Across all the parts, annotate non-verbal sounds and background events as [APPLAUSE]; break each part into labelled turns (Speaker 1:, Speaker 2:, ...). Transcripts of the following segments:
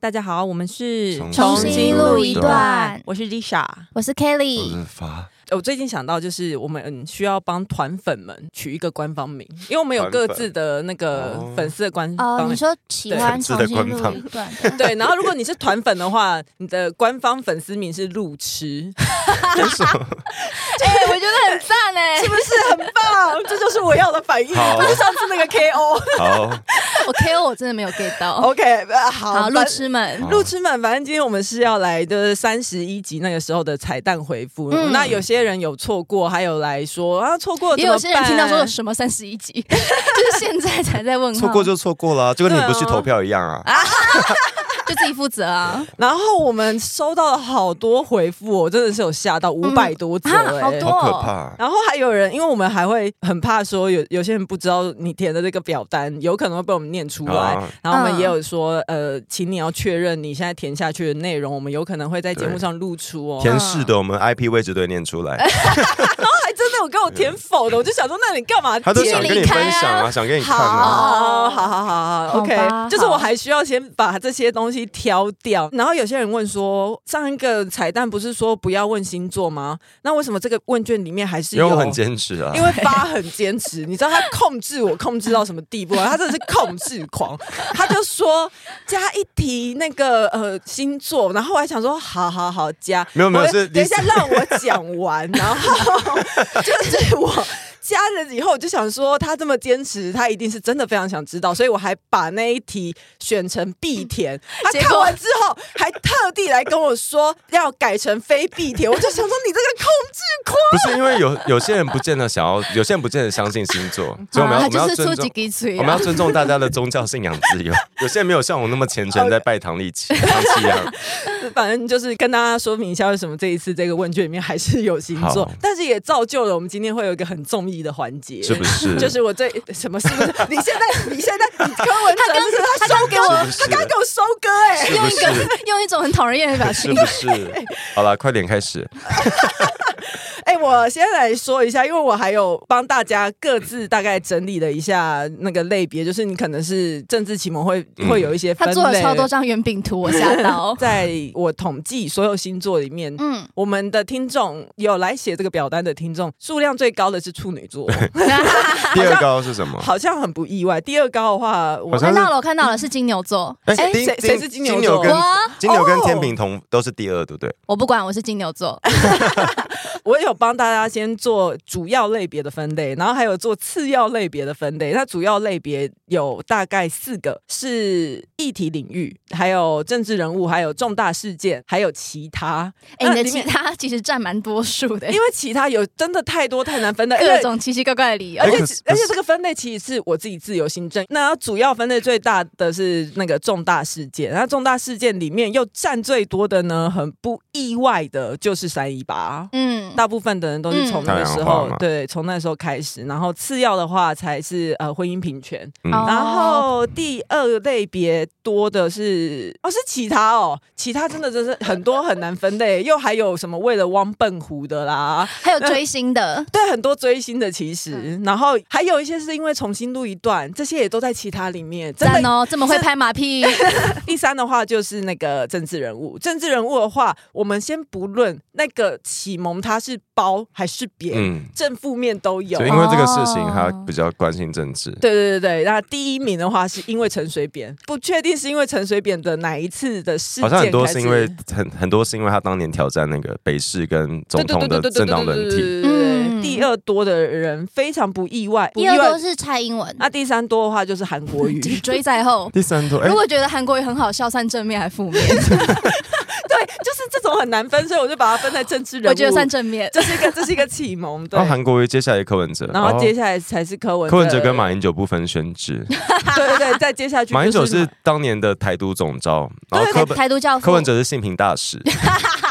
Speaker 1: 大家好，我们是
Speaker 2: 重新录一段
Speaker 1: 我是 Lisa。呃
Speaker 2: 我是
Speaker 3: 我
Speaker 2: Kelly，
Speaker 3: 是发
Speaker 1: 我最近想到，就是我们嗯需要帮团粉们取一个官方名，因为我们有各自的那个
Speaker 3: 团粉
Speaker 1: 粉丝的官
Speaker 2: 哦，
Speaker 1: 方
Speaker 2: 你
Speaker 1: 名。
Speaker 2: 说喜欢重新
Speaker 3: 对
Speaker 2: 录一段的，
Speaker 1: 对，然后如果你是团粉的话，你的官方粉丝名是路痴，
Speaker 2: [LAUGHS] 哎，我觉得很赞 [LAUGHS] 哎
Speaker 1: 是，不是很棒？ [LAUGHS] 这就是我要的反应，
Speaker 3: 好
Speaker 1: 就是上次那个 KO。
Speaker 3: 好，
Speaker 2: 我 KO 我真的没有 get 到，
Speaker 1: OK，呃好，
Speaker 2: 哦好，
Speaker 1: 反
Speaker 2: 路。痴们，
Speaker 3: 好
Speaker 1: 路痴们，反正今天我们是要来的三十一集那个时候的彩蛋回复。
Speaker 2: 嗯
Speaker 1: 那有些人有错过，还有来说啊错过了
Speaker 2: 也
Speaker 1: 怎么
Speaker 2: 有些人听到说有
Speaker 1: 办
Speaker 2: 什哦么三十一集， [LAUGHS] 就是现在才在问
Speaker 3: [LAUGHS]
Speaker 2: 号，
Speaker 3: 错过就错过了，就跟你
Speaker 1: 对啊
Speaker 3: 不去投票一样啊。
Speaker 2: 就自己负责啊，
Speaker 1: 然后我们收到了好多回复哦，我真的是有吓到五百多则、
Speaker 2: 啊
Speaker 1: 欸
Speaker 2: 好多
Speaker 3: 好可怕！
Speaker 1: 然后还有人，因为我们还会很怕说有有些人不知道你填的这个表单有可能会被我们念出来，
Speaker 3: 啊
Speaker 1: 然后我们也有说，呃，请你要确认你现在填下去的内容，我们有可能会在节目上露出哦。
Speaker 3: 填是的，我们 IP 位置都会念出来，
Speaker 1: 然后还真的有给我填否的，我就想说，那你干嘛
Speaker 3: 他都
Speaker 1: 填
Speaker 3: 想？跟你分享啊，想跟你看啊。
Speaker 1: 好，好好好好，OK，
Speaker 2: 好吧
Speaker 1: 就是我还需要先把这些东西挑掉。然后有些人问说，上一个彩蛋不是说不要问星座吗？那为什么这个问卷里面还是
Speaker 3: 因为
Speaker 1: 有？
Speaker 3: 我很坚持啊
Speaker 1: 因，为八很坚持，你知道他控制我控制到什么地步啊？他真的是控制狂，他就说加一题那个呃星座，然后我还想说好好好加，
Speaker 3: 没有没有
Speaker 1: 我
Speaker 3: 是
Speaker 1: 等一下让我讲完，然后就是我。加了以后，我就想说，他这么坚持，他一定是真的非常想知道，所以我还把那一题选成必填。他
Speaker 2: 结果
Speaker 1: 看完之后，还特地来跟我说要改成非必填，我就想说你这个控制狂。
Speaker 3: 不是因为有有些人不见得想要，有些人不见得相信星座，所以我们要
Speaker 2: 他
Speaker 3: 我们
Speaker 2: 就
Speaker 3: 要
Speaker 2: 是出
Speaker 3: 尊
Speaker 2: 几
Speaker 3: 重。
Speaker 2: 滴嘴
Speaker 3: 我们要
Speaker 2: 啊，
Speaker 3: 尊重大家的宗教信仰自由，有些人没有像我那么虔诚，在拜堂里祈堂一样。
Speaker 1: 反正就是跟大家说明一下，为什么这一次这个问卷里面还是有星座
Speaker 3: 好，
Speaker 1: 但是也造就了我们今天会有一个很中意的环节，
Speaker 3: 是不是
Speaker 1: 就是我最什么是不是？你现在你现在你柯文哲
Speaker 2: 刚
Speaker 1: 是不是他收给我，
Speaker 3: 是不是
Speaker 1: 他刚给我收割哎、
Speaker 3: 是
Speaker 2: 用
Speaker 3: 不
Speaker 2: 一个
Speaker 3: 是？
Speaker 2: [LAUGHS] 用一种很讨人厌的表
Speaker 3: 是
Speaker 2: 情，
Speaker 3: 不是？好了，快点开始。
Speaker 1: 哎、我先来说一下，因为我还有帮大家各自大概整理了一下那个类别，就是你可能是政治启蒙会
Speaker 3: 嗯
Speaker 1: 会有一些分
Speaker 2: 他
Speaker 1: 类，，
Speaker 2: 做了超多张圆饼图，我吓到
Speaker 1: 在我统计所有星座里面，
Speaker 2: [LAUGHS] 嗯，
Speaker 1: 我们的听众有来写这个表单的听众数量最高的是处女
Speaker 3: [LAUGHS]
Speaker 1: 座，
Speaker 3: 第二高是什么？
Speaker 1: 好像很不意外。第二高的话，我
Speaker 3: 好
Speaker 2: 我
Speaker 3: 像
Speaker 2: 看
Speaker 3: 是
Speaker 2: 到了，我看到了，是金牛座，
Speaker 3: 哎
Speaker 1: 哎
Speaker 3: 金
Speaker 1: 谁谁是金牛座
Speaker 3: 跟
Speaker 2: 我
Speaker 3: 金牛跟
Speaker 1: 哦
Speaker 3: 天平同都是第二，对不对？
Speaker 2: 我不管，我是金
Speaker 3: [LAUGHS]
Speaker 2: 牛座，
Speaker 3: 啊
Speaker 1: 我有帮大家先做主要类别的分类，然后还有做次要类别的分类。那主要类别有大概四个，是议题领域，还有政治人物，还有重大事件，还有其他。
Speaker 2: 哎，
Speaker 1: 那
Speaker 2: 你的
Speaker 1: 里
Speaker 2: 其
Speaker 1: 面
Speaker 2: 他其实占蛮多数的
Speaker 1: 因，为其他有真的太多太难分
Speaker 3: [LAUGHS]
Speaker 1: 类，
Speaker 2: 各种奇奇怪怪的理由
Speaker 1: 而。且
Speaker 3: 哎可
Speaker 1: 其
Speaker 3: 是
Speaker 1: 而且
Speaker 3: 可是
Speaker 1: 这个分类其实是我自己自由行政，那主要分类最大的是那个重大事件，那重大事件里面又占最多的呢，很不意外的就是三一八。
Speaker 2: 嗯，
Speaker 1: 大部分的人都是从那个时候
Speaker 3: 嗯太阳花，嘛
Speaker 1: 对，从那时候开始，然后次要的话才是呃婚姻平权，
Speaker 3: 嗯
Speaker 2: 哦
Speaker 1: 然后第二类别多的是哦是其他哦，其他真的真是很多很难分类，又还有什么为了汪笨虎的啦，
Speaker 2: 还有追星的，
Speaker 1: 对，很多追星的其实，然后还有一些是因为重新录一段，这些也都在其他里面。真
Speaker 2: 赞
Speaker 1: 的，
Speaker 2: 哦，这么会拍马屁，
Speaker 1: 第三的话就是那个政治人物，政治人物的话，我们先不论那个启蒙它是褒还是贬，
Speaker 3: 嗯，
Speaker 1: 正负面都有。
Speaker 3: 就因
Speaker 1: 对
Speaker 3: 为这个事情，
Speaker 2: 哦
Speaker 3: 他比较关心政治。
Speaker 1: 对对对，那第一名的话是因为陈水扁，不确定是因为陈水扁的哪一次的事件
Speaker 3: 好像很多是
Speaker 1: 开始
Speaker 3: 因为很很多是因为他当年挑战那个北市跟总统的政党轮替，
Speaker 1: 嗯，
Speaker 2: 嗯
Speaker 1: 第二多的人非常不意外，不
Speaker 2: 第
Speaker 1: 意
Speaker 2: 二
Speaker 1: 外
Speaker 2: 都。是蔡英
Speaker 1: [LAUGHS]
Speaker 2: 文，
Speaker 1: 那第三多的话就是韩国瑜，
Speaker 2: 紧追在后。
Speaker 3: [LAUGHS] 第三多哎
Speaker 1: [LAUGHS]
Speaker 2: 如，果觉得韩国语很好笑，算正面还负面？
Speaker 1: 对，就是这种很难分，所以我就把它分在政治人物。
Speaker 2: 我觉得算正面。
Speaker 1: 这是一个这是一个启蒙，对
Speaker 3: 然后。韩国瑜，接下来柯文哲，
Speaker 1: 然后接
Speaker 3: 下
Speaker 1: 下来才是柯文
Speaker 3: 柯文哲跟马英九不分轩制，
Speaker 1: 对对
Speaker 2: [LAUGHS]
Speaker 1: 对，再接下去
Speaker 3: 马英九
Speaker 1: 就是
Speaker 3: 当年的台独总召，
Speaker 1: 哦
Speaker 3: 然后柯
Speaker 2: 台
Speaker 3: 本
Speaker 2: 台独教父
Speaker 3: 柯文哲是性平大使，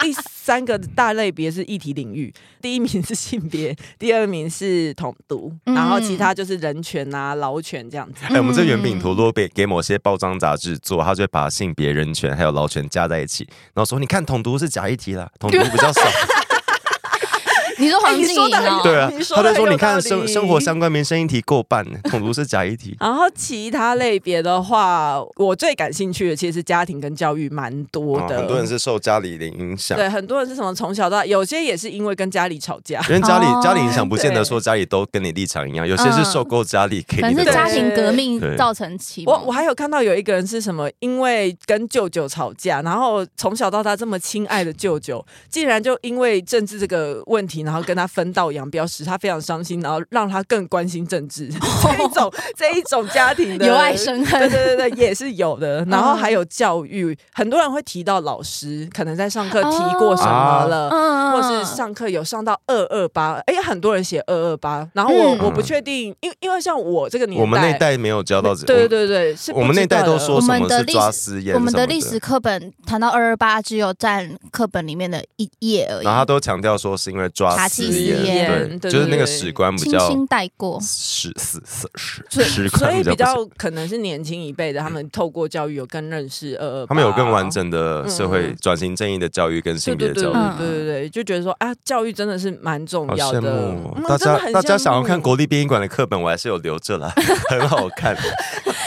Speaker 1: 第三个大类别是议题领域，第一名是性别，第二名是统独，
Speaker 2: 嗯
Speaker 1: 然后其他就是人权啊、劳权这样子。
Speaker 3: 哎、我们这圆饼图如果被给某些报章杂志做，他就会把性别、人权还有劳权加在一起，然后说你看统独是假议题啦，统独比较少。
Speaker 2: 你说黄
Speaker 1: 哎你
Speaker 2: 静
Speaker 1: 说
Speaker 2: 颖
Speaker 1: 得很
Speaker 2: 哦，
Speaker 3: 对啊
Speaker 1: 你，说
Speaker 3: 他
Speaker 1: 得
Speaker 3: 就
Speaker 1: 很有
Speaker 3: 说你看
Speaker 1: 道
Speaker 3: 生
Speaker 1: 理。
Speaker 3: 生活相关民生议题过半， [LAUGHS] 统独是假议题
Speaker 1: [LAUGHS] 然后其他类别的话，我最感兴趣的其实是家庭跟教育，蛮多
Speaker 3: 哦
Speaker 1: 的。
Speaker 3: 很多人是受家里的影响，
Speaker 1: 对，很多人是什么从小到大，有些也是因为跟家里吵架。
Speaker 3: 因为家里、
Speaker 2: 哦嗯
Speaker 3: 家里影响不见得说家里都跟你立场一样，有些是受够家里给
Speaker 2: 反
Speaker 3: 你的
Speaker 2: 正
Speaker 3: 东
Speaker 2: 是
Speaker 3: 西。
Speaker 2: 家庭革命
Speaker 3: 对
Speaker 2: 造成启蒙
Speaker 1: 我我还有看到有一个人是什么，因为跟舅舅吵架，然后从小到大这么亲爱的舅舅，竟然就因为政治这个问题，然后跟他分道扬镳，使他非常伤心，然后让他更关心政治。 [LAUGHS] 这一种这一种家庭
Speaker 2: [LAUGHS]
Speaker 1: 的
Speaker 2: 由爱生嗯
Speaker 1: 对
Speaker 2: 恨，
Speaker 1: 对对对，也是有的。然后还有教育，很多人会提到老师，可能在上课提过什
Speaker 3: 哦
Speaker 1: 么了。
Speaker 2: 嗯
Speaker 1: 或是
Speaker 2: 上
Speaker 1: 上课有上到二二八，哎，很多人写二二八，然后我、
Speaker 2: 嗯
Speaker 1: 我不确定，因因为像我这个年代，
Speaker 3: 我们那一代没有教到这，
Speaker 1: 对对对对，是
Speaker 3: 我们
Speaker 1: 不知
Speaker 3: 那一代
Speaker 1: 道的呃
Speaker 3: 都说什么是抓私烟什么
Speaker 2: 我们的历史课本谈到二二八，只有占课本里面的一页而已
Speaker 3: 然后，他都强调说是因为抓
Speaker 2: 查
Speaker 3: 私
Speaker 2: 缉私
Speaker 3: 烟，对，
Speaker 2: 烟
Speaker 1: 对
Speaker 3: 就是那
Speaker 1: 对
Speaker 3: 个
Speaker 1: 对
Speaker 3: 史官比
Speaker 2: 轻
Speaker 3: 较
Speaker 2: 轻带过。
Speaker 3: 史史史史
Speaker 1: 所以
Speaker 3: 史
Speaker 1: 所
Speaker 3: 官
Speaker 1: 以比
Speaker 3: 不行
Speaker 1: 较可能是年轻一辈的，他们透过教育有更认识呃二二八，
Speaker 3: 他们有更完整的社会转型正义的教育跟性
Speaker 1: 对。对嗯对
Speaker 3: 别教
Speaker 1: 对
Speaker 3: 育。嗯
Speaker 1: 对对对，就觉得说啊，教育真的是蛮重
Speaker 3: 好
Speaker 1: 要
Speaker 3: 羡
Speaker 1: 的。
Speaker 3: 慕哦
Speaker 1: 嗯！
Speaker 3: 大
Speaker 1: 真的
Speaker 3: 家
Speaker 1: 很
Speaker 3: 大家
Speaker 1: 羡
Speaker 3: 想要
Speaker 1: 慕
Speaker 3: 看国立殡仪馆的课本，我还是有留着啦， [LAUGHS] 很好
Speaker 1: [LAUGHS]
Speaker 3: 看。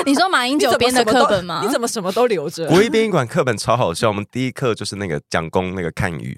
Speaker 2: 你说马
Speaker 1: [LAUGHS]
Speaker 2: 英
Speaker 1: 你怎
Speaker 2: 九
Speaker 1: 么
Speaker 2: 编的
Speaker 1: 什么
Speaker 2: 课
Speaker 1: 都
Speaker 2: 本吗
Speaker 1: 你？怎么什么都留着？
Speaker 3: 国立殡仪馆课本超好笑，我们第一课就是那个蒋公那个看鱼，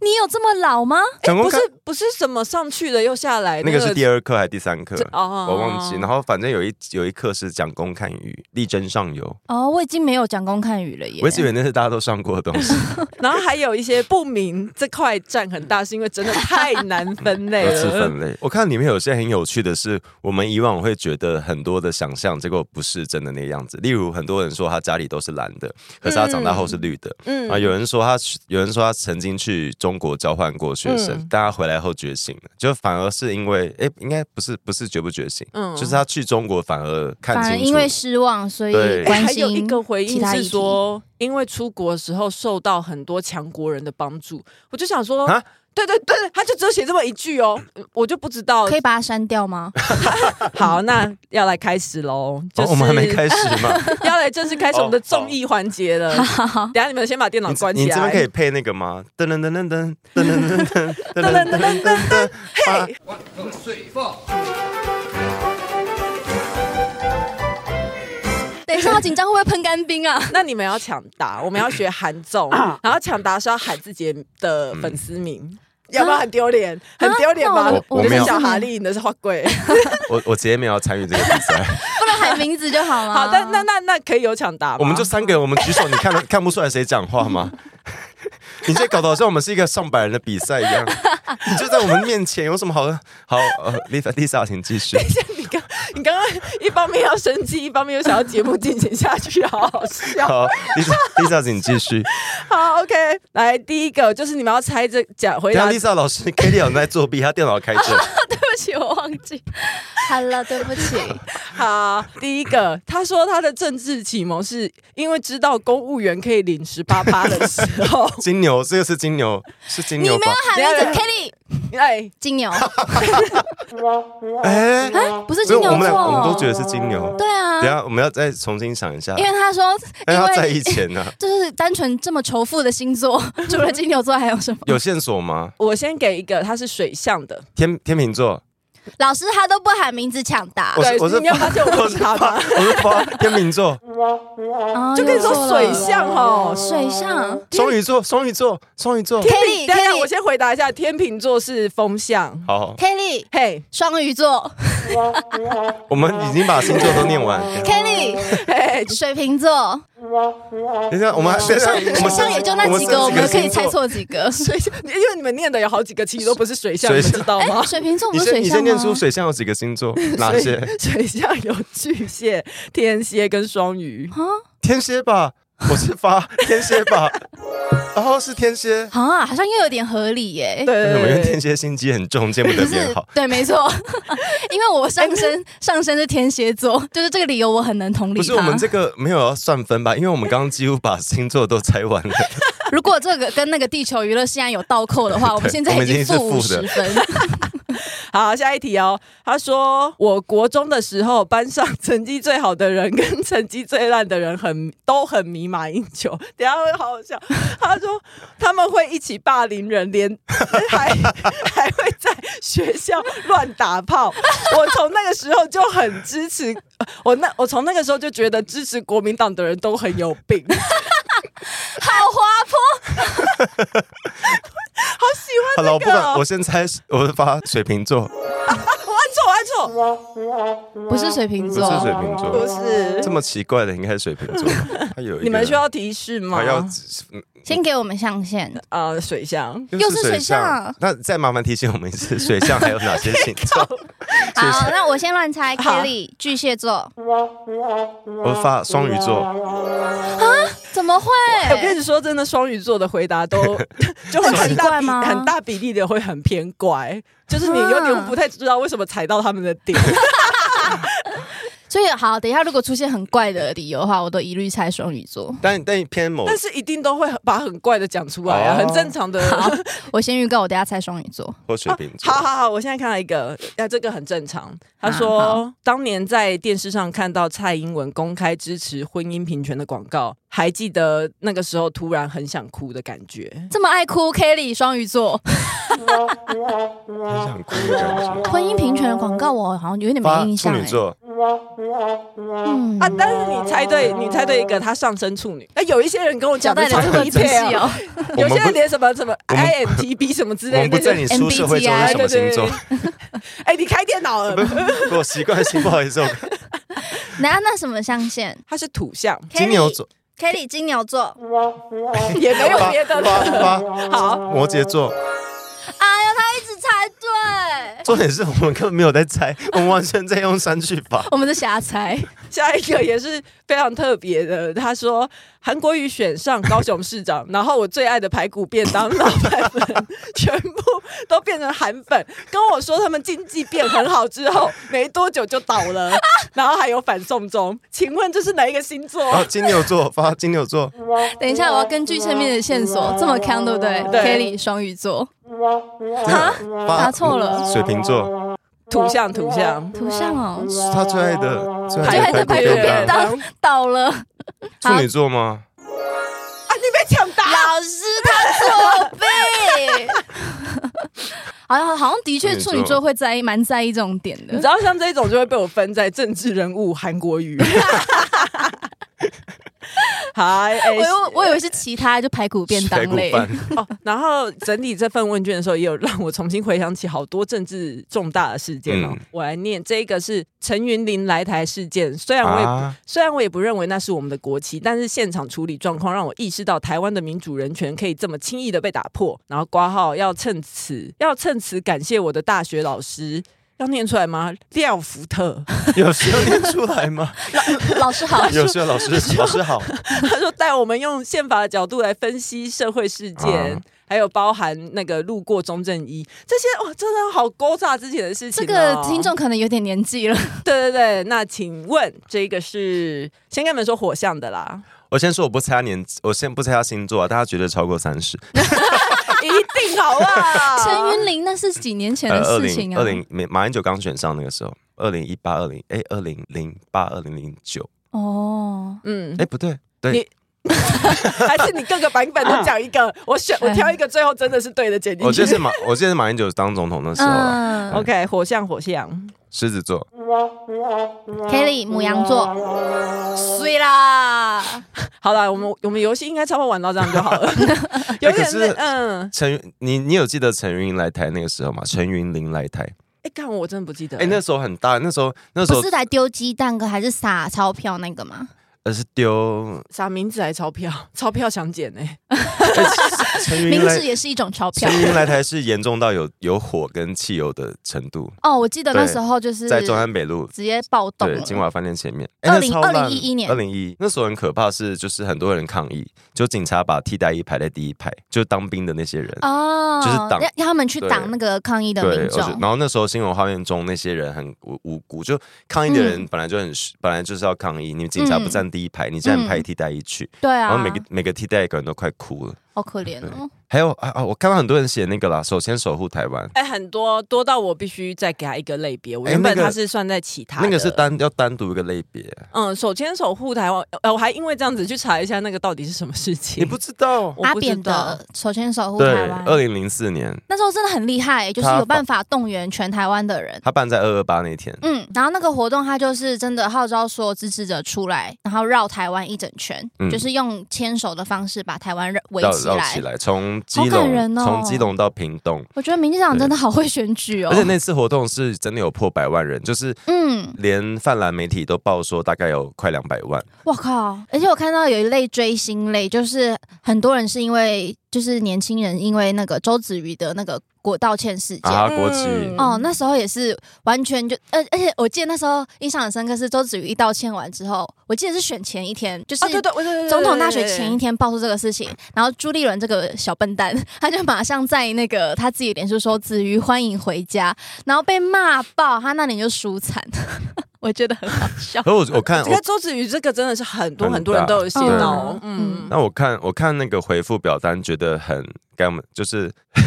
Speaker 2: 你有这么老吗？
Speaker 3: 蒋公
Speaker 1: 哎不是
Speaker 3: 看
Speaker 1: 不是什么上去的又下来，
Speaker 3: 那个是第
Speaker 1: 二
Speaker 3: 二课还是第三课？
Speaker 1: 哦
Speaker 3: 我忘记。然后反正有一有一课是蒋公看鱼，力争上游。
Speaker 2: 哦，我已经没有蒋公看雨了耶
Speaker 3: 我一。直以为那是大家都上过的
Speaker 1: [LAUGHS]
Speaker 3: 东西，
Speaker 1: 然后还有一些不明这块占很大，是因为真的太难分类
Speaker 3: [LAUGHS] 二次
Speaker 1: 了。
Speaker 3: 分类。我看里面有些很有趣的是，我们以往会觉得很多的想象，结果不是真的那样子。例如，很多人说他家里都是蓝的，可是他长大后是绿的。
Speaker 1: 嗯
Speaker 3: 啊，有人说他去，有人说他曾经去中国交换过学生，
Speaker 1: 嗯
Speaker 3: 但他回来后觉醒了，就反而是因为，哎、应该不是不是觉不觉醒，
Speaker 1: 嗯
Speaker 3: 就是他去中国反而看
Speaker 2: 反而
Speaker 3: 清楚，
Speaker 2: 因为失望，所
Speaker 3: 对
Speaker 2: 以
Speaker 1: 哎
Speaker 2: 关
Speaker 1: 还
Speaker 2: 心
Speaker 1: 有一个回
Speaker 2: 其
Speaker 1: 应
Speaker 2: 他
Speaker 1: 是
Speaker 2: 议题
Speaker 1: 说，因为出国的时候受到很多强国人的帮助，我就想说
Speaker 3: 啊，
Speaker 1: 对对对，他就只有写这么一句哦，嗯我就不知道。
Speaker 2: 可以把它删
Speaker 1: [LAUGHS]
Speaker 2: 掉吗？
Speaker 1: 好，那要来开始喽，就
Speaker 3: 哦
Speaker 1: 是、
Speaker 3: 我们还没开始嘛，
Speaker 1: [LAUGHS] 要来正式开始我们的
Speaker 3: 哦好
Speaker 1: 综艺环节了。 [LAUGHS] 等一下你们先把电脑
Speaker 3: 你
Speaker 1: 关起来。
Speaker 3: 你这边可以配那个吗？噔噔噔噔噔噔噔噔噔噔噔噔噔噔，嘿，
Speaker 2: 等一下，好紧张，会不会喷干冰啊？
Speaker 1: 那你们要抢答，我们要学韩综，
Speaker 3: 啊
Speaker 1: 然后抢答是要喊自己的
Speaker 3: 嗯
Speaker 1: 粉丝名。要不要很丢脸？很丢脸吧
Speaker 2: 啊那
Speaker 3: 我？我
Speaker 1: 你的
Speaker 3: 没有
Speaker 1: 是小哈利，你的是花
Speaker 2: [LAUGHS]
Speaker 1: 贵。
Speaker 2: 啊
Speaker 3: 我我直接没有要参与这个比赛，
Speaker 2: 不然喊名字就好了。
Speaker 1: 好，但那那那可以有抢答吗？
Speaker 3: 我们就三个人，我们举手，你看得看不出来谁讲
Speaker 1: [LAUGHS]
Speaker 3: 话吗？你这搞得好像我们是一个上百人的比赛一样，你就在我们面前，有什么好的？好，呃，Lisa Lisa，请继续。
Speaker 1: [LAUGHS] 你刚你刚刚一方面要生气，一方面又想要节目进行下去，好好笑。
Speaker 3: 好，Lisa
Speaker 2: [LAUGHS]
Speaker 3: Lisa，请继续。
Speaker 1: 好，OK，来第一个就是你们要猜这讲回
Speaker 3: 等
Speaker 1: 答
Speaker 3: 一下 Lisa 老师 k i 老师在作弊，他电脑开着，
Speaker 2: 对不起，我忘记。好了，对不起。
Speaker 1: 好，第一个，他说他的政治启蒙是因为知道公务员可以领十八趴的时
Speaker 3: [LAUGHS]
Speaker 1: 候，
Speaker 3: 金牛，这个是金牛，是金
Speaker 2: 你没
Speaker 3: 牛
Speaker 2: 有
Speaker 3: 吧？
Speaker 2: 喊名字，Kelly
Speaker 1: 哎，
Speaker 2: 金
Speaker 1: [LAUGHS]
Speaker 2: 牛，
Speaker 3: 哎，
Speaker 2: 不是
Speaker 3: 没
Speaker 2: 金
Speaker 3: 有，
Speaker 2: 牛
Speaker 3: 我们俩
Speaker 2: 座，哦
Speaker 3: 我们都觉得是金牛。
Speaker 2: 对啊
Speaker 3: 等一。下我们要再重新想一下，
Speaker 2: 因为他说，
Speaker 3: 但
Speaker 2: 因
Speaker 3: 要在意啊
Speaker 2: 为
Speaker 3: 前呢、
Speaker 2: [LAUGHS] 就是单纯这么仇富的
Speaker 1: [LAUGHS]
Speaker 2: 星座，除了金牛座还有什么？
Speaker 3: 有线索吗？
Speaker 1: 我先给一个，他是水象的，
Speaker 3: 天天秤座，
Speaker 2: 老师他都不喊名字抢答
Speaker 3: 我，是
Speaker 1: 对，
Speaker 3: 我是
Speaker 1: 你有发现我
Speaker 3: 我
Speaker 1: 是
Speaker 3: 是
Speaker 1: 他
Speaker 3: 花，
Speaker 1: 吗
Speaker 3: 我？是花，天秤座，
Speaker 2: 嗯哦
Speaker 1: 就跟你说
Speaker 2: 有错了
Speaker 1: 水象哦，
Speaker 2: 水象
Speaker 3: 双鱼座，双鱼座，双鱼座，
Speaker 1: 对等一下，我
Speaker 2: Kelly
Speaker 1: 先回答一下，天秤座是风象，
Speaker 3: 好，
Speaker 2: Kelly
Speaker 1: 嘿，
Speaker 2: 双鱼座
Speaker 3: 我们已经把星座都念完。
Speaker 2: ，Kelly
Speaker 1: 嘿，
Speaker 2: 水瓶座，
Speaker 3: 等一下，我们还等一下，我
Speaker 2: 水
Speaker 3: 们
Speaker 2: 象也就那几
Speaker 3: 是
Speaker 2: 个，我们可以
Speaker 3: 星座
Speaker 2: 猜。错几个。
Speaker 1: 水象，因为你们念的有好几个其实都不是水象，
Speaker 3: 水
Speaker 1: 你
Speaker 3: 象
Speaker 1: 们知道吗？
Speaker 2: 哎水瓶座
Speaker 3: 你
Speaker 2: 不是
Speaker 3: 先，
Speaker 2: 水
Speaker 3: 你
Speaker 2: 象
Speaker 3: 先念出
Speaker 2: 吗？
Speaker 3: 水象有几个星
Speaker 2: [LAUGHS]
Speaker 3: 座？哪
Speaker 1: [LAUGHS]
Speaker 3: 些？
Speaker 1: 水象有巨蟹、天蝎跟双鱼。
Speaker 3: 天蝎吧，我是
Speaker 1: [LAUGHS]
Speaker 3: 发天蝎吧，然后是天蝎，
Speaker 2: 啊，好像又有点合理耶、
Speaker 1: 对
Speaker 3: 为
Speaker 1: 对
Speaker 3: 什么？因
Speaker 1: 对
Speaker 3: 为天
Speaker 1: 对，
Speaker 3: 蝎心机很重，见不
Speaker 2: 就
Speaker 3: 得别
Speaker 2: 是
Speaker 1: [LAUGHS]
Speaker 3: 人好。哎
Speaker 2: 对，没错， [LAUGHS] 因为我上身上身是天蝎座，就是这个理由我很能同理
Speaker 3: 不
Speaker 2: 他。
Speaker 3: 是我们这个没有要算分吧？因为我们刚刚几乎把星座都猜
Speaker 1: [LAUGHS]
Speaker 3: 完了，
Speaker 1: 啊
Speaker 2: 如果这个跟那个地球娱乐现在有倒扣
Speaker 3: [LAUGHS]
Speaker 2: 的话，我们现在
Speaker 3: 我们已经
Speaker 2: 经
Speaker 3: 是
Speaker 2: 负五
Speaker 3: 负
Speaker 2: 十
Speaker 3: 的 [LAUGHS]
Speaker 2: 分。
Speaker 1: 好，下一题哦。他说，我国中的时候，班上 [LAUGHS] 成绩最好的人跟成绩最烂的人很都很迷马英九，等一下会好好笑。他说他们会一起霸凌人，连还还会在学校乱打炮。我从那个时候就很支持，呃我那我从那个时候就觉得支持国民党的人都很有病。 [LAUGHS]
Speaker 2: 好滑坡，
Speaker 1: 好喜
Speaker 3: 好
Speaker 1: 欢
Speaker 3: 了，
Speaker 1: 那
Speaker 3: 我不
Speaker 1: 个
Speaker 3: 管，
Speaker 1: 哦、
Speaker 3: 我先猜，我发水瓶座，
Speaker 1: 我按错，啊我按错，
Speaker 2: 不是水瓶
Speaker 3: 不
Speaker 2: 座，
Speaker 3: 是水
Speaker 1: 不
Speaker 3: 瓶座，
Speaker 1: 是
Speaker 3: 这。么奇怪的应该是水瓶
Speaker 1: [LAUGHS]
Speaker 3: 座吧。他有一个
Speaker 1: 你们需要提示吗？
Speaker 3: 还要
Speaker 2: 先给我们象限。
Speaker 1: 啊、水象。
Speaker 2: 又是水象
Speaker 3: 那再麻烦提醒我们一次，水象还有哪些星
Speaker 1: [LAUGHS]
Speaker 3: 座？
Speaker 2: 好，那我先乱猜
Speaker 1: 好
Speaker 2: ，Kelly 巨蟹座，
Speaker 3: 我发双鱼座，
Speaker 2: 怎么会？
Speaker 1: 哎我跟你说，真的，双鱼座的回答
Speaker 3: [LAUGHS]
Speaker 1: 都就会
Speaker 2: 很
Speaker 1: 很
Speaker 2: 奇
Speaker 1: 大
Speaker 2: 怪
Speaker 1: 比
Speaker 2: 吗
Speaker 1: 很大比例的会很偏怪，就是你
Speaker 2: 啊
Speaker 1: 有点不太知道为什么踩到他们的
Speaker 3: [LAUGHS]
Speaker 1: 点。
Speaker 2: 所以好，等一下如果出现很怪的理由的话，我都一律猜双鱼座。
Speaker 3: 但但偏某
Speaker 1: 但是一定都会把很怪的讲出来啊，
Speaker 3: 哦
Speaker 1: 很正常的。
Speaker 2: 好，我先预告，我等一下猜双鱼座。
Speaker 3: 或水瓶
Speaker 1: [LAUGHS]
Speaker 3: 座
Speaker 1: 好。好好，我现在看到一个，啊，这个很正常。他
Speaker 2: 啊
Speaker 1: 说，当年在电视上看到蔡英文公开支持婚姻平权的广告，还记得那个时候突然很想哭的感觉。
Speaker 2: 这么爱哭，Kelly 双鱼座，
Speaker 3: 很想哭的感觉。
Speaker 2: 婚姻平权的广告我好像有点没
Speaker 3: 发
Speaker 2: 印
Speaker 3: 处
Speaker 2: 象、
Speaker 3: 女
Speaker 2: 欸。
Speaker 3: 座，
Speaker 2: 嗯
Speaker 1: 啊！但是你猜对，你猜对一个，他上升处
Speaker 2: 哦
Speaker 1: 女。那有一些人跟我
Speaker 2: 交
Speaker 1: 讲的
Speaker 2: 代
Speaker 1: 超
Speaker 2: 了这个
Speaker 1: 低
Speaker 2: 仔
Speaker 1: 配
Speaker 2: 细
Speaker 1: 啊
Speaker 2: 哦，
Speaker 3: 我
Speaker 1: 有
Speaker 3: 们
Speaker 1: 些人
Speaker 3: 不
Speaker 1: 连什么什么 INTB 什么之
Speaker 3: 我
Speaker 1: 类
Speaker 3: 们不
Speaker 1: 的，
Speaker 3: 在你出社会之后是什么星座？
Speaker 1: [LAUGHS] 哎，你开电脑了？
Speaker 3: [LAUGHS] 我习惯性不好意思，我
Speaker 2: 那那什么象限
Speaker 1: 他是土象，
Speaker 3: 金牛座、
Speaker 2: ？Kelly 金牛座，
Speaker 1: 也没
Speaker 3: [LAUGHS]
Speaker 1: 有别的
Speaker 3: 发
Speaker 1: 了。
Speaker 3: 发
Speaker 1: 好，
Speaker 3: 摩羯座。
Speaker 2: 哎呀，他一直猜对，
Speaker 3: 重点是我们根本没有在猜， [LAUGHS] 我们完全在用删去法。
Speaker 2: 我们的瞎猜。
Speaker 1: 下一个也是非常特别的。他说韩国瑜选上高雄市长，然后我最爱的排骨便当老板们全部都变成韩粉，跟我说他们经济变很好之后，没多久就倒了，然后还有反送中。请问这是哪一个星座？
Speaker 3: 然后金牛座发金牛座，
Speaker 2: 等一下，我要根据前面的线索，这么康对不对
Speaker 1: 对
Speaker 2: ？Kelly 双鱼 [LAUGHS] 座，
Speaker 3: 啊，
Speaker 2: 答错了
Speaker 3: 水瓶座，
Speaker 1: 土象，土象。
Speaker 2: 图像哦，
Speaker 3: 是他最爱的最
Speaker 2: 最
Speaker 3: 爱
Speaker 2: 爱
Speaker 3: 的
Speaker 2: 的
Speaker 3: 排
Speaker 2: 排
Speaker 3: 骨
Speaker 2: 骨
Speaker 3: 便
Speaker 2: 便
Speaker 3: 当。
Speaker 2: 当倒了。好
Speaker 3: 处女座吗？
Speaker 1: 啊，你被抢答了。
Speaker 2: [LAUGHS] 老师他作弊。 [LAUGHS] 好像好像的确处女座会在意，蛮在意这种点
Speaker 1: 你知
Speaker 3: [LAUGHS]
Speaker 2: 的。
Speaker 1: 道像这种就会被我分在政治人物韩国瑜。 [LAUGHS] 嗨，哎
Speaker 2: 我有我以为是其他就排骨便当
Speaker 3: 排骨
Speaker 2: 类，
Speaker 3: 饭。
Speaker 1: 哦，然后整理这份问卷的时候，也有让我重新回想起好多政治重大的事件哦。
Speaker 3: 嗯
Speaker 1: 我来念，这个是陈云林来台事件，虽然我也、
Speaker 3: 啊
Speaker 1: 虽然我也不认为那是我们的国旗，但是现场处理状况让我意识到台湾的民主人权可以这么轻易的被打破。然后挂号要趁此要趁此感谢我的大学老师，要念出来吗？廖福特。
Speaker 3: 有需要念出来吗？
Speaker 2: [LAUGHS] 老师好，
Speaker 3: [LAUGHS] 有需要老师，老师好。
Speaker 1: 他说带我们用宪法的角度来分析社会事件，
Speaker 3: 啊
Speaker 1: 还有包含那个路过中正一这些，哇，真的好勾炸之前的事情、
Speaker 2: 这
Speaker 1: 哦。
Speaker 2: 个听，众可能有点年纪了。
Speaker 1: 对对对，那请问这个是先跟你们说火象的
Speaker 2: [LAUGHS]
Speaker 1: 啦，
Speaker 3: 我先说，我不猜他年，我先不猜他星座啊，大家绝对超过三十。
Speaker 1: 哦一定好啊，
Speaker 2: 陈云林那是几年前的
Speaker 3: 二
Speaker 2: 事
Speaker 3: 零
Speaker 2: 情啊
Speaker 3: 呃二，零马英九刚选上那个时候，二零一八、二零哎，二零零八、二零零九，
Speaker 2: 哦，
Speaker 1: 嗯，
Speaker 3: 哎，不对，
Speaker 1: 你
Speaker 3: 对，
Speaker 1: 还是你各个版本都讲一
Speaker 2: [LAUGHS]
Speaker 1: 个，我选
Speaker 2: 哎
Speaker 1: 我挑一个，最后真的是对的剪进
Speaker 3: 我记
Speaker 1: 去
Speaker 3: 得。是马，我记得是马英九当总统的时候啊。
Speaker 2: 嗯
Speaker 1: [LAUGHS] OK，火象火象，
Speaker 3: [LAUGHS] 狮子座，嗯
Speaker 2: ，Kelly 母羊座，碎啦，
Speaker 1: 好了，我们我们游戏应该差不多玩到这样就好
Speaker 3: [LAUGHS]
Speaker 1: 了，有
Speaker 3: 哎可
Speaker 1: 点
Speaker 3: 是
Speaker 1: 累嗯，
Speaker 3: 陈云，你你有记得陈云来台那个时候吗？陈云林来台，
Speaker 1: 哎，干我真的不记得，
Speaker 3: 哎，那时候很大，那时候那时候
Speaker 2: 不是来丢鸡蛋跟还是撒钞票那个吗？
Speaker 3: 而呃是
Speaker 2: [LAUGHS]
Speaker 3: 丢
Speaker 1: 啥名字还钞票？ [LAUGHS] 钞票想捡呢、
Speaker 3: 哎陈
Speaker 2: 名
Speaker 3: 云来
Speaker 2: 字也是一种钞票
Speaker 3: 陈。云来台是严重到有有火跟汽油的程度，
Speaker 2: 哦，我记得那
Speaker 3: 对
Speaker 2: 时候就是
Speaker 3: 在中山北路。
Speaker 2: 直接暴动
Speaker 3: 对，
Speaker 2: 了，
Speaker 3: 金华饭店前面。
Speaker 2: 20 2011年
Speaker 3: 二零一那时候很可怕，是就是很多人抗议，就警察把替代役排在第一排，就是当兵的那些人。
Speaker 2: 哦，
Speaker 3: 就是挡
Speaker 2: 让让他们去
Speaker 3: 对
Speaker 2: 挡那个抗议的
Speaker 3: 对，
Speaker 2: 民
Speaker 3: 我觉
Speaker 2: 众。
Speaker 3: 然后那时候新闻画面中那些人很无无辜，就抗议的人本来就很、本来就是要抗议，你们警察不站第一排，你竟然派替代役去，
Speaker 2: 对
Speaker 3: 然
Speaker 2: 啊，
Speaker 3: 后每个每个替代役人都快哭了。
Speaker 2: 好可怜哦。
Speaker 3: 还有啊啊，我看到很多人写那个啦，首先守护台湾，
Speaker 1: 哎、很多多到我必须再给他一个类别。我
Speaker 3: 哎
Speaker 1: 原本
Speaker 3: 那个
Speaker 1: 他是算在其他的、
Speaker 3: 那个是单要单独一个类别，
Speaker 1: 嗯，手牵手护台湾。呃，我还因为这样子去查一下那个到底是什么事情。
Speaker 3: 你不知道。
Speaker 1: 我
Speaker 2: 阿
Speaker 1: 不知
Speaker 2: 扁
Speaker 1: 道
Speaker 2: 的首先守护
Speaker 3: 对
Speaker 2: 台，
Speaker 3: 二
Speaker 2: 湾，
Speaker 3: 零零四年
Speaker 2: 那时候真的很厉害，就是
Speaker 3: 他
Speaker 2: 有办法动员全台湾的人。
Speaker 3: 他办在二二八那天，
Speaker 2: 嗯，然后那个活动，它就是真的号召所有支持者出来，然后绕台湾一整圈，
Speaker 3: 嗯
Speaker 2: 就是用牵手的方式把台湾围
Speaker 3: 绕
Speaker 2: 起
Speaker 3: 绕
Speaker 2: 来
Speaker 3: 起。来，从基
Speaker 2: 好感
Speaker 3: 隆
Speaker 2: 人哦
Speaker 3: 从基隆到屏东，
Speaker 2: 我觉得民进党
Speaker 3: 对
Speaker 2: 真的好会选举哦
Speaker 3: 而，且那次活动是真的有破百万人，就是
Speaker 2: 嗯，
Speaker 3: 连泛蓝媒体都报说大概有快两百万。
Speaker 2: 我靠！而且我看到有一类追星类，就是很多人是因为就是年轻人因为那个周子瑜的那个国道歉事件。
Speaker 3: 啊，国旗，
Speaker 1: 嗯
Speaker 2: 哦，那时候也是完全就，而而且我记得那时候印象很深刻是周子瑜一道歉完之后，我记得是选前一天，就是
Speaker 1: 啊，对对，我对对
Speaker 2: 总统大选前一天爆出这个事情，然后朱立伦这个小笨蛋，他就马上在那个他自己脸书说“子瑜欢迎回家”，然后被骂爆，他那脸就舒惨， [LAUGHS] 我觉得很好笑。
Speaker 3: 可我我看
Speaker 1: 这个
Speaker 3: 我
Speaker 1: 周子瑜这个真的是很多
Speaker 3: 哦很
Speaker 1: 很多人
Speaker 3: 大
Speaker 1: 都有写到哦，
Speaker 2: 嗯
Speaker 1: 嗯，
Speaker 3: 那我看我看那个回复表单，觉得很该我们就是 [LAUGHS]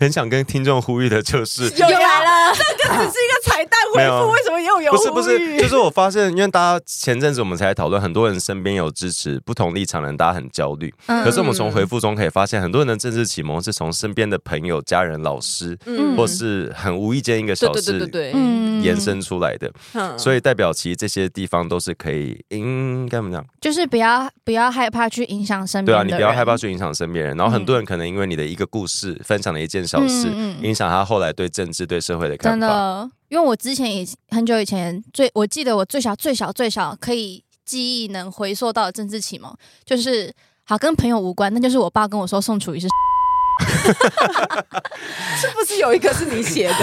Speaker 3: 很想跟听众呼吁的就是。
Speaker 1: 有来了，
Speaker 3: [LAUGHS]
Speaker 2: 了，
Speaker 1: 这只是一个彩蛋回
Speaker 3: 没有
Speaker 1: 复，为什么又有
Speaker 3: 不是不是，就
Speaker 1: 呼吁
Speaker 3: 是我发现，因为大家前阵子我们才讨论，很多人身边有支持不同立场的人，大家很焦虑。
Speaker 2: 嗯
Speaker 3: 可是我们从回复中可以发现，很多人的政治启蒙是从身边的朋友、家人、老师，
Speaker 2: 嗯
Speaker 3: 或是很无意间一
Speaker 1: 对
Speaker 3: 个小
Speaker 1: 对对对
Speaker 3: 事
Speaker 1: 对，
Speaker 2: 嗯
Speaker 3: 延伸出来的。
Speaker 1: 嗯
Speaker 3: 所以代表其实这些地方都是可以，应该怎么讲？
Speaker 2: 就是不要不要害怕去影响身
Speaker 3: 对
Speaker 2: 边
Speaker 3: 啊，
Speaker 2: 的人，
Speaker 3: 你不要害怕去影响身边人。然后很
Speaker 2: 嗯
Speaker 3: 多人可能因为你的一个故事，分享了一件小事，
Speaker 2: 嗯嗯嗯
Speaker 3: 影响他后来对政治、对社会的看法。
Speaker 2: 真的，因为我之前也很久以前最，我记得我最小最小最小可以记忆能回溯到的政治启蒙，就是好跟朋友无关，那就是我爸跟我说宋楚瑜是，
Speaker 1: 是不是有一个是你写
Speaker 3: [LAUGHS]
Speaker 1: 的？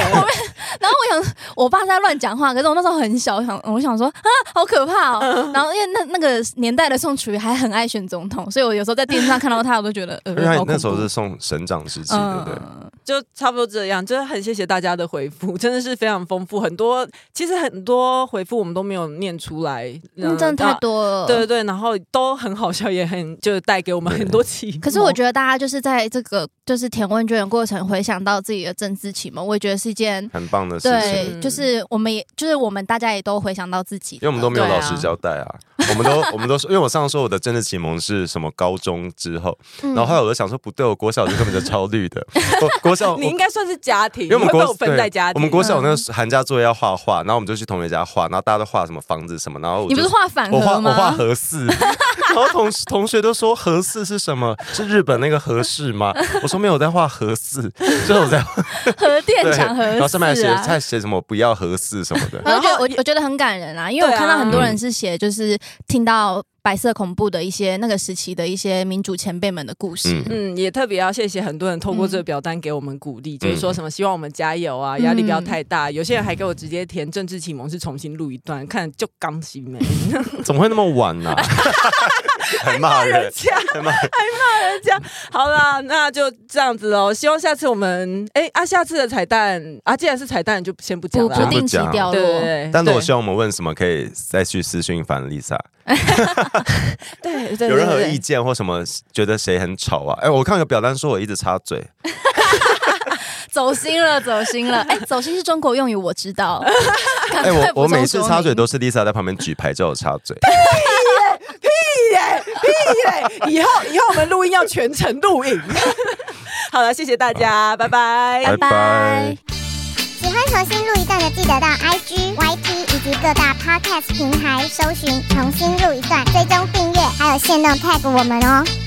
Speaker 2: 然后我想 [LAUGHS] 我爸在乱讲话，可是我那时候很小，我想我想说啊好可怕
Speaker 1: 嗯
Speaker 2: 哦，然后因为那那个年代的宋楚瑜还很爱选总统，所以我有时候在电视上看到他，我都觉得呃
Speaker 3: 因为他
Speaker 2: 好恐
Speaker 3: 那时候
Speaker 2: 怖
Speaker 3: 是送省长时期，对不对？
Speaker 2: 嗯
Speaker 1: 就差不多这样，真的很谢谢大家的回复， [LAUGHS] 真的是非常丰富，很多其实很多回复我们都没有念出来，
Speaker 2: 嗯真的太
Speaker 1: 啊
Speaker 2: 多了，
Speaker 1: 对对对，然后都很好笑，也很就是带给我们
Speaker 3: 对
Speaker 1: 很多启蒙。
Speaker 2: 可是我觉得大家就是在这个就是填问卷的过程，回想到自己的政治启蒙，我也觉得是一件
Speaker 3: 很棒的事情。
Speaker 2: 对，
Speaker 1: 嗯
Speaker 2: 就是我们也就是我们大家也都回想到自己，
Speaker 3: 因为我们都没有
Speaker 1: 对
Speaker 3: 老
Speaker 1: 啊
Speaker 3: 师交代啊，我们都我们都说，因为我上次说我的政治启蒙是什么高中之后，
Speaker 2: 嗯
Speaker 3: 然后后来我就想说不对，我国小就根本就超绿的，我国小
Speaker 1: 你应
Speaker 3: 我。
Speaker 1: 该算是家庭，
Speaker 3: 因为我们
Speaker 1: 你会被
Speaker 3: 国
Speaker 1: 我分在家
Speaker 3: 对我
Speaker 1: 庭。
Speaker 3: 们国小那个寒假作业要画画，然后我们就去同学家画，然后大家都画什么房子什么，然后我
Speaker 2: 你不
Speaker 3: 就是
Speaker 2: 画反
Speaker 3: 我画
Speaker 2: 核
Speaker 3: 我画
Speaker 2: 吗？
Speaker 3: 和四， [LAUGHS] 然后同同学都说和四是什么？是日本那个和氏吗？我说没有，我在画和四，就是我在画
Speaker 2: 核电
Speaker 3: 对，
Speaker 2: 厂核
Speaker 3: 然后上面还
Speaker 2: 四
Speaker 3: 写
Speaker 2: 啊。
Speaker 3: 还写什么不要和四什么的。
Speaker 2: 然后觉得我
Speaker 1: 然后
Speaker 2: 我觉得很感人啊，因为我
Speaker 1: 对啊
Speaker 2: 看到很多
Speaker 3: 嗯
Speaker 2: 人是写，就是听到白色恐怖的一些那个时期的一些民主前辈们的故事。
Speaker 3: 嗯
Speaker 1: 嗯，也特别要谢谢很多人透过
Speaker 2: 嗯
Speaker 1: 这个表单给我们鼓励，
Speaker 3: 嗯
Speaker 1: 就是说什么希望我们加油啊，压力
Speaker 2: 嗯
Speaker 1: 不要太大。有些人还给我直接填政治启蒙是重新录一段，看就刚心没
Speaker 3: 怎么会那么晚呢、还骂人，
Speaker 1: 这样
Speaker 3: 还骂人。
Speaker 1: 这样好啦，那就这样子喽。希望下次我们哎、啊，下次的彩蛋啊，既然是彩蛋，就先不讲
Speaker 2: 不
Speaker 1: 了
Speaker 2: 不
Speaker 1: 啦。
Speaker 2: 定期掉
Speaker 1: 对对
Speaker 2: 落，
Speaker 1: 对，
Speaker 3: 但是我
Speaker 1: 对
Speaker 3: 希望我们问什么，可以再去私讯樊丽莎。
Speaker 1: 对对对
Speaker 3: 有任何
Speaker 1: 对
Speaker 3: 意见或什么，觉得谁很吵啊？哎，我看有表单说我一直插嘴，
Speaker 2: 走心了，走心了。哎，走心是中国用语，我知道。赶
Speaker 3: 哎，
Speaker 2: 快补
Speaker 3: 我我
Speaker 2: 充
Speaker 3: 每次
Speaker 2: 说
Speaker 3: 插嘴
Speaker 2: 明
Speaker 3: 都是 Lisa 在旁边举牌叫我插嘴。
Speaker 1: 屁嘞，屁嘞！以后以后我们录音要全程录影。 [LAUGHS] 好了，谢谢大家，拜拜。
Speaker 3: 拜拜
Speaker 4: 喜欢重新录一段的，记得到 IG、YT 以及各大 Podcast 平台搜寻“重新录一段”，追踪订阅，还有限定 tag 我们哦。